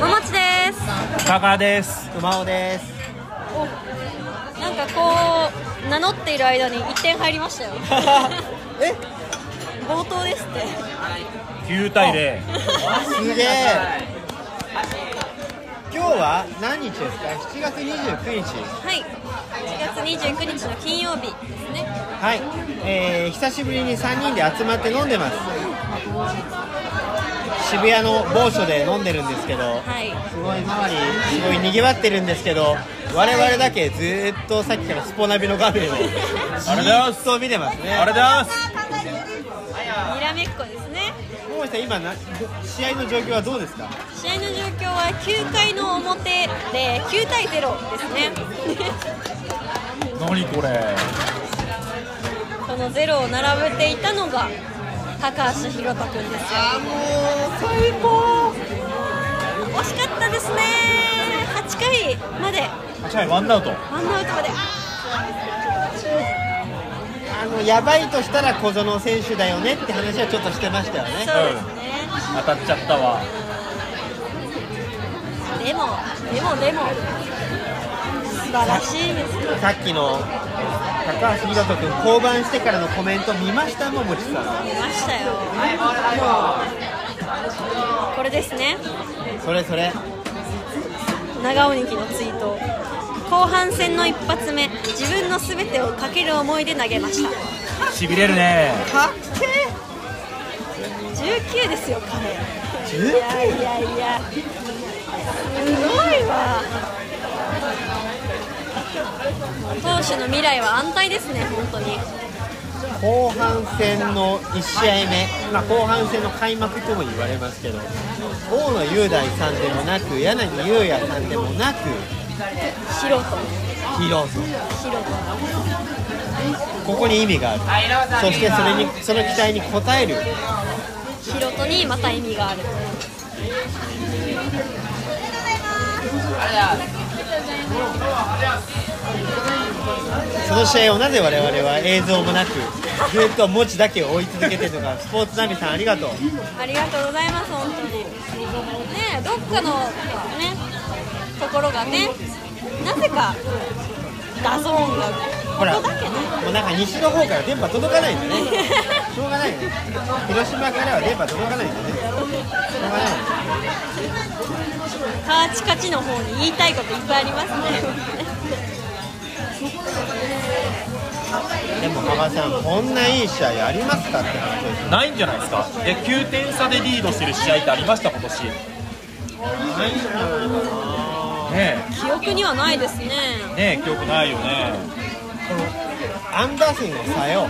ももちですカカです熊尾です。なんかこう名乗っている間に1点入りましたよえ、冒頭ですって9対0すげえ。今日は何日ですか？7月29日。はい1月29日の金曜日ですねはい。えー、久しぶりに3人で集まって飲んでます。渋谷の某所で飲んでるんですけど、はいすごい周りすごい賑わってるんですけど、我々だけずーっとさっきからスポナビの画面をじーっと見てますね。あれだすにらめっこですねももちさん今な試合の状況はどうですか？試合の状況は9回の表で9対0ですね何これこのゼロを並べていたのが高橋宏斗君ですよ最高惜しかったですね8回まで8回ワンアウトワンアウトまでああのやばいとしたら小園選手だよねって話はちょっとしてましたよーそうね。ですね、当たっちゃったわでもでもでも素晴らしいですさっきの高橋宏斗君降板してからのコメント見ましたももちさん見ましたよもうこれですねそれそれ長尾力のツイート後半戦の一発目自分の全てをかける思いで投げましたしびれるねかっけ19ですよ彼いえやいやいやすごいわ投手の未来は安泰ですね本当に後半戦の1試合目、まあ、後半戦の開幕とも言われますけど大野雄大さんでもなく柳裕也さんでもなく素人広瀬素人ここに意味があるそしてそれにその期待に応える素人にまた意味があるその試合をなぜ我々は映像もなくずっと文字だけを追い続けてるのかスポーツナビさんありがとうありがとうございます本当にねえどっかのねところがねなぜかダゾーンがほらここだけねもうなんか西の方から電波届かないんだねしょうがないね広島からは電波届かないんだねしょうがないカーチカチの方に言いたいこといっぱいありますねでも馬場さんこんないい試合ありますかって話ですないんじゃないですかえ9点差でリードしてる試合ってありました今年ね記憶にはないですねえねえ記憶ないよねアンダーソンのさよ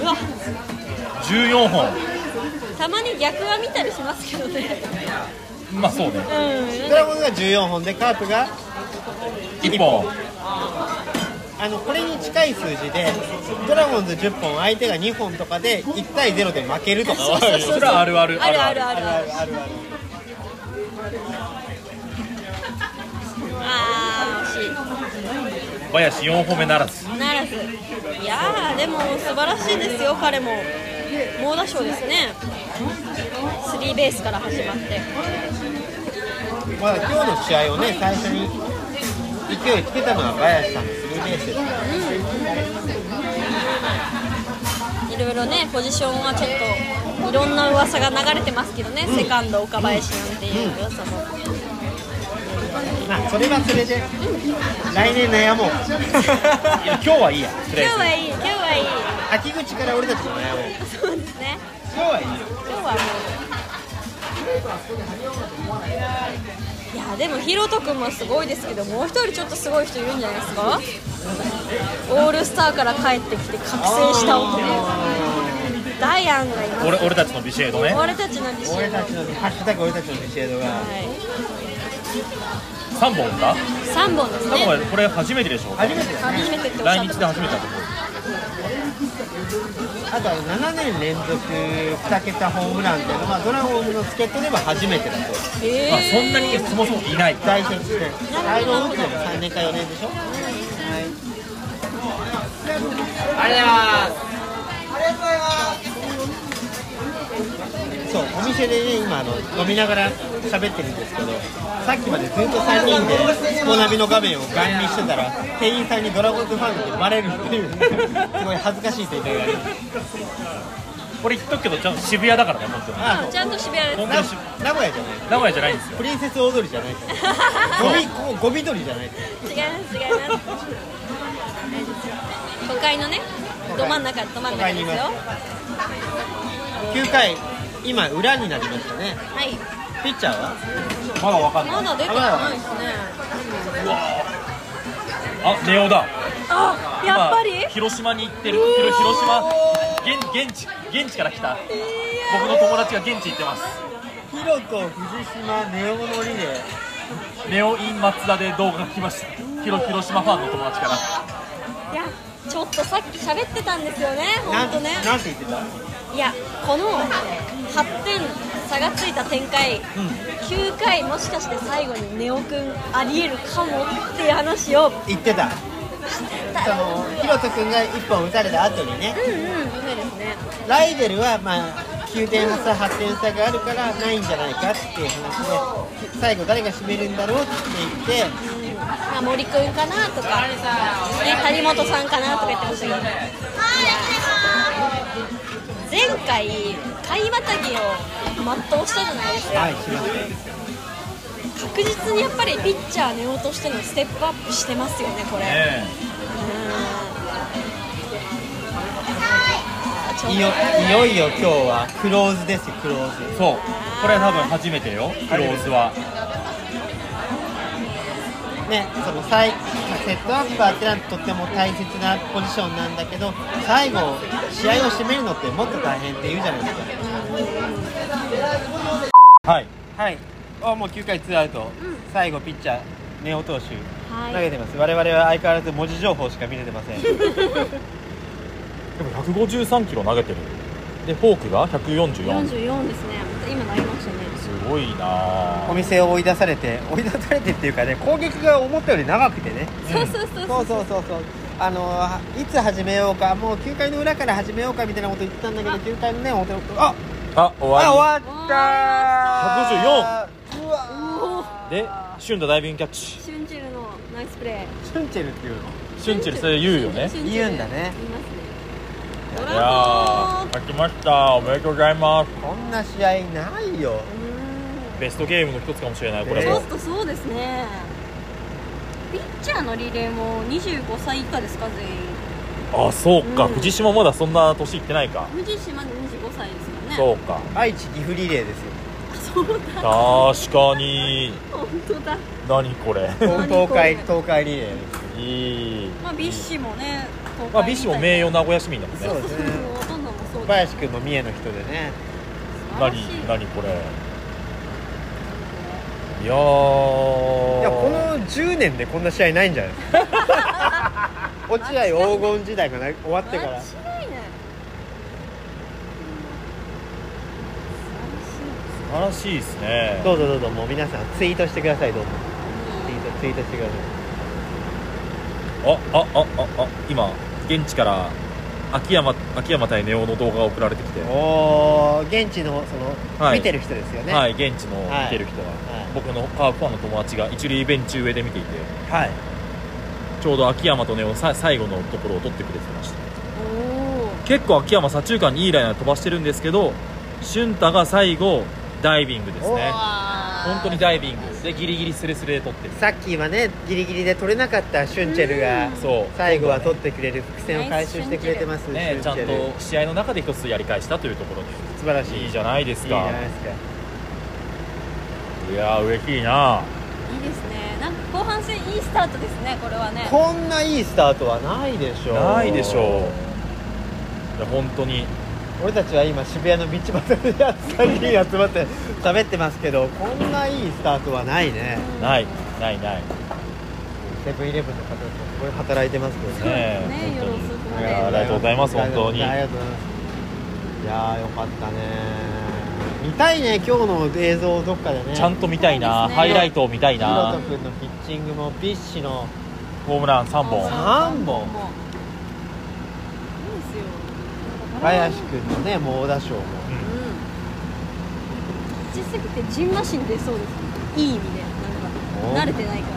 うわ14本たまに逆は見たりしますけどねまあそうねうんドラゴンズが14本でカープが1本あのこれに近い数字でドラゴンズ10本相手が2本とかで1対0で負けるとかそうそうそうそれはあるあるあるあるあるあるあるあるあー惜し林4本目ならずいならずいやーでも素晴らしいですよ彼も猛打賞ですねスリーベースから始まってまあ、今日の試合をね、最初に勢いつけたのは林さんのスリーベースですから、いろいろねポジションはちょっといろんな噂が流れてますけどね、セカンド岡林なんていう噂も、まあ、それはそれで、来年悩もう、いや今日はいいやとり今日あはいい今日はいい秋口から俺たちも悩もう、そうですね今日はいいよ、今日はもういやでもひろとくんもすごいですけどもう一人ちょっとすごい人いるんじゃないですかオールスターから帰ってきて覚醒した男ダイアンがいまえず俺俺たちのビシエドねす俺たちなんですよ俺たちの、ハッシュタグ俺たちのビシエドが、は3本かい、3本です3ね本これ初めてでしょ初めてですね、初めてっておっしゃ来って日まで初めてだと思うあとは7年連続2桁ホームランっていうのは、ドラゴンズの助っ人では初めてだと、すへまあ、そえんなにそもそもいない大先生、あれの打つのも3年か4年でしょ。はいありがとうございます。ありがとうございます。そうお店でね今あの飲みながら喋ってるんですけどさっきまでずっと3人でスポナビの画面をガン見してたら店員さんにドラゴンズファンってバレるっていう すごい恥ずかしい展開がありますこれ言っとくけどちゃんと渋谷だからね本当にああちゃんと渋谷です本当なに渋名古屋じゃない名古屋じゃないんですよプリンセス踊りじゃないですゴミこうゴミ取りじゃないです違います違います都会のねど真ん中ど真ん中ですよ都会9回今裏になりましたねはいピッチャーはまだわかんないまだ出てこないですねあネオだあ今やっぱり広島に行ってるうわー広広島現現地現地から来た僕の友達が現地行ってますヒロと藤島ネオのリレーネオイン松田で動画が来ました広広島ファンの友達からいやちょっとさっき喋ってたんですよねな本ん当ねなんて言ってたいやこの8点差がついた展開、9回もしかして最後にネオくんありえるかもっていう話を言ってたそのひろと君が1本打たれた後にねうんうん夢ですねライデルはまあ9点差8点差があるからないんじゃないかっていう話で最後誰が締めるんだろうって言ってまあ森くんかなとか、ね、谷本さんかなとか言ってましたけど、いや前回、貝またぎを全うしたじゃないですか、はいしまし確実にやっぱりピッチャー、根尾としてのステップアップしてますよね、これ。えうんちょたっいよいよいよ今日はクローズですよクローえズそうこれは多分初めてよクローズはねその最セットアップはってのはとっても大切なポジションなんだけど最後試合を締めるのってもっと大変って言うじゃないですかはいはい、あもう9回ツーアウト、最後ピッチャー、根尾投手、はい投げてます、我々は相変わらず文字情報しか見れてませ ん、でも153キロ投げてるでフォークが44 144ですね、今なりましたね。すごいなお店を追い出されて、追い出されてっていうかね、攻撃が思ったより長くてね、そうそうそうそうそうそうそう、あのいつ始めようか、もう9回の裏から始めようかみたいなこと言ってたんだけど、9回のね、表のああ終あわ終わったー、154、うわおおりでシュンダダイビングキャッチシュンチルのナイスプレー、シュンチェルっていうの、シュンチェルそれ言うよねー。シュンチル 言うんだね言いますね。ドいラゴン勝ちましたおめでとうございますこんな試合ないよ、ベストゲームの一つかもしれないこちれょもっとそうですね。ピッチャーのリレーも25歳以下ですか全員。あそうかうん藤島まだそんな年いってないか藤島で25歳ですよね。 そうか愛知岐阜リレーですよ、そうだ。確かに本当だ。何これ 東海、東海リレーです。いいまあビッシュもね。東海みたいなまあビッシュも名誉名古屋市民だもんねそうそうそうほとんどもそう小だ。林君も三重の人でね何素晴らしい何これいやーいやこの10年でこんな試合ないんじゃないですか 落合黄金時代がな終わってから間違いない。素晴らしいですねどうぞどうぞもう皆さんツイートしてくださいどうぞツイートツイートしてくださあああああ今現地から秋山秋山対ネオの動画が送られてきていおお現地のその、はい見てる人ですよね、はいい現地のはい見てる人は、はい僕のカープファンの友達が一塁ベンチ上で見ていてはいちょうど秋山とネオさ最後のところを取ってくれてましたおお。結構秋山左中間にいいライナー飛ばしてるんですけど俊太が最後ダイビングですおねー本当にダイビングでギリギリスレスレで取ってるさっきはねギリギリで取れなかったシュンチェルがそう最後は取ってくれる伏線を回収してくれてます、ね、ちシュゃンんチェルと試合の中で一つやり返したというところで素晴らしいいいゃじゃないですいいじゃかないですかいやー嬉しいないいですね。なんか後半戦いいスタートですね。これはね。こんないいスタートはないでしょうないでしょういや本当に俺たちは今渋谷のビーチバトルで3人集まって喋ってますけどこんないいスタートはないねないないないセブンイレブンの方とすごい働いてますけどねねえね本当夜遅くまにでいやーありがとうございます本当にありがとうございますいやーよかったね見たいね今日の映像をどっかでねちゃんとと見たいそうな、ですねハイライトを見たいヒロなト君のピッチングもビッシュのホームラン3あ本三本いいですよ。林君のね猛打賞もうん。ちすぎてジンマシン出そうですいい意味でなんか慣れてないから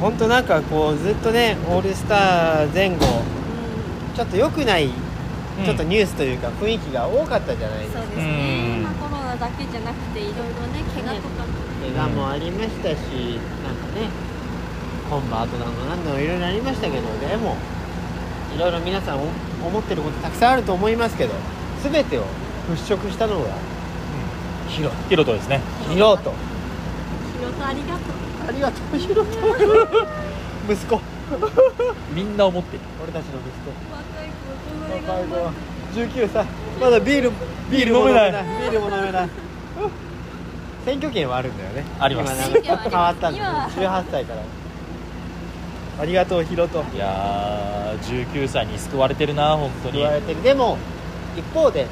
本当なんかこうずっとねオールスター前後ちょっと良くないちょっとニュースというか雰囲気が多かったじゃないですそかうですねうんまあコロナだけじゃなくていろいろね怪我とかも怪我もありましたしなんかねコンバートなのなんだのいろいろありましたけどでもいろいろ皆さんお思ってることたくさんあると思いますけど全てを払拭したのがヒロヒロトですねヒロと仕事ありがとうありがとうヒロと息子みんな思ってる俺たちの息子若い子最供が頑張後って19歳まだビールビールも飲めないビールも飲めない選挙権はあるんだよねあります今なん選挙権はあかります変わっ今はたんだよ18歳からありがとうヒロといやー19歳に救われてるな本当に言われてるでも一方で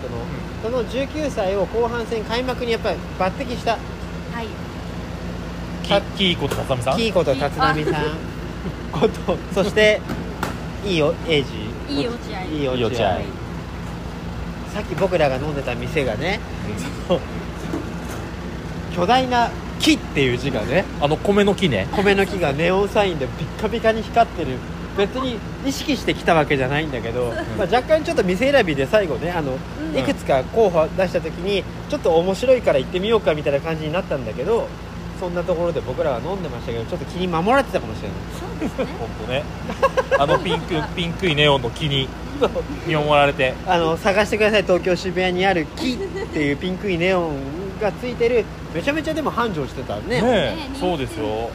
その,、その19歳を後半戦開幕にやっぱり抜擢したはいキキーこと辰巳さんキーこと立浪さんことそしていいおエイジいい落合いいいい落落合合さっき僕らが飲んでた店がねその巨大な木っていう字がねあの米の木ね米の木がネオンサインでピッカピカに光ってる別に意識してきたわけじゃないんだけど、まあ、若干ちょっと店選びで最後ねあの、うんいくつか候補出した時にちょっと面白いから行ってみようかみたいな感じになったんだけどそんなところで僕らは飲んでましたけどちょっと気に守られてたかもしれないそうですね 本当ね あのピンクピンクいネオンの木に見守られてあの探してください東京渋谷にある木っていうピンクいネオンがついてるめちゃめちゃでも繁盛してたねねねえそうですよ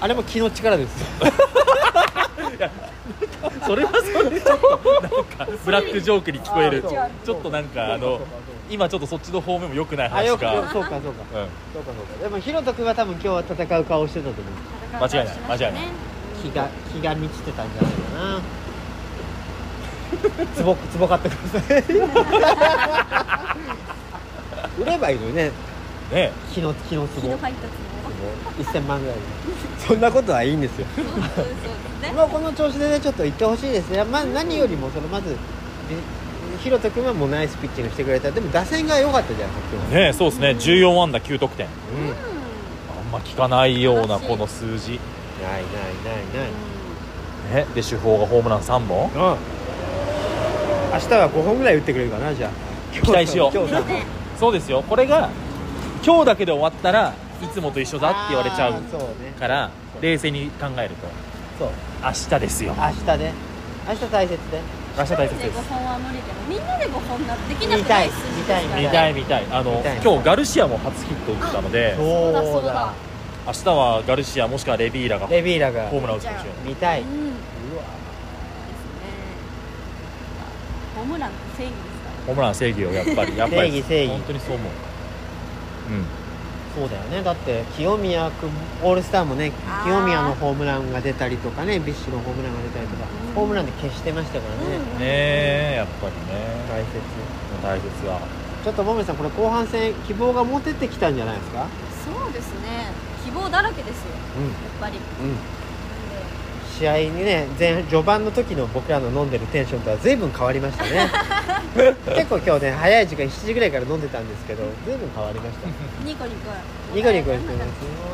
あれも気の力ですよそれはそれちょっとなんかブラックジョークに聞こえるあそうちょっとなんかあの今ちょっとそっちの方面も良くないあよ話くそうかかそうかうんそうかそうかでもヒロト君は多分今日は戦う顔してたと思う間違いない間違いない気が気が満ちてたんじゃないかな つぼつぼ買ってください売ればいいのにねね気の気のつ気ぼの入ったつも1000万ぐらいでそんなことはいいんですよ そうそうですねまあこの調子でねちょっと行ってほしいですね、まあ、何よりもそのまずでヒロト君はもうナイスピッチングしてくれたでも打線が良かったじゃん今日はねえそうですね14安打9得点うんないあんま聞かないようなこの数字ないないないねで主砲がホームラン3本うん明日は5本ぐらい打ってくれるかなじゃあ 期待しよう今日さねそうですよこれが今日だけで終わったらいつもと一緒だって言われちゃあーそううねから冷静に考えるとそう明日ですよ明日ね明日大切で明日大切でで5す本は無理でもみんなで5本なできな見くたないい数見字たですい見からたい見たい見たいあ見のたい今日ガルシアも初ヒット打ったのでそうだそうだ明日はガルシアもしくはレビーラがホレビーラがームラン打つんですよ見たい、ううんわホームランの正義ですからホームラン正義をやっぱりやっぱり正義正義本当にそう思うそうだよねだって清宮君オールスターもねあー清宮のホームランが出たりとかねビッシュのホームランが出たりとか、うんホームランで消してましたからね、うんねえやっぱりね大切大切はちょっともめさんこれ後半戦希望が持ててきたんじゃないですかそうですね希望だらけですよやっうぱりんうん試合にね前序盤の時の僕らの飲んでるテンションとは随分変わりましたね結構今日ね早い時間7時ぐらいから飲んでたんですけど随分変わりましたニコニコニコニコして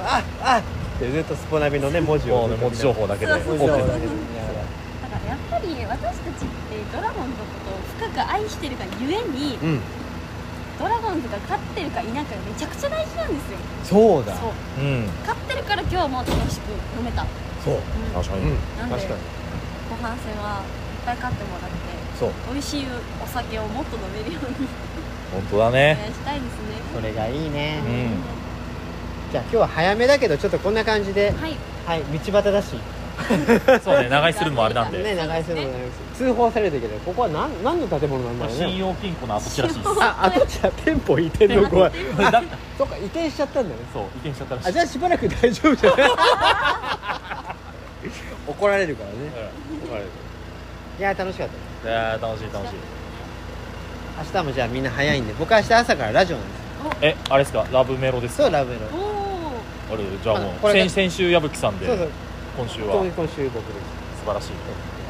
ますああってずっとスポナビのね文字もをうね文字情報だけでそうそ文字うそ情う報オープだンけで見ながらだからやっぱり私たちってドラゴンズのことを深く愛してるがゆえにうんドラゴンズが勝ってるか否かがめちゃくちゃ大事なんですよそうだそううん勝ってるから今日も楽しく飲めた、うんそう確かうにんなんで確かに後半戦はいっぱい勝ってもらってそう美味しいお酒をもっと飲めるように本当だおね願いしたいですねそれがいいねうんじゃあ今日は早めだけどちょっとこんな感じではいはい道端だしそうね長居するのもあれなんねで長いするのもないです通報されるけどここは何何の建物なんだろう信ね用金庫の跡地らしいですああとじゃあ店舗移転の怖いだそっか移転しちゃったんだねそう移転しちゃったらしいあじゃあしばらく大丈夫じゃない 怒られるからねいや楽しかったいやー楽しい楽しい明日もじゃあみんな早いんで僕は明日朝からラジオなんですえあれですかラブメロですかそうラブエロおおあれじゃあもあうこれが先先週矢吹さんでそうそう今週は今今週僕です素晴らしい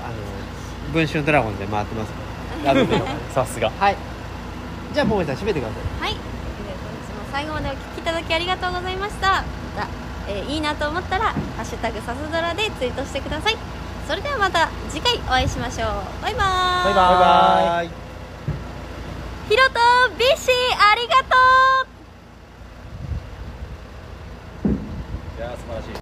あの文春ドラゴンで回ってます からラブエロさすがはいじゃあもめさん閉めてくださはいいお願いします最後までお聞きいただきありがとうございましたまた、えーいいなと思ったら「ハッシュタグサスドラ」でツイートしてくださいそれではまた次回お会いしましょうバイバーイバイバーイイヒロとビッシー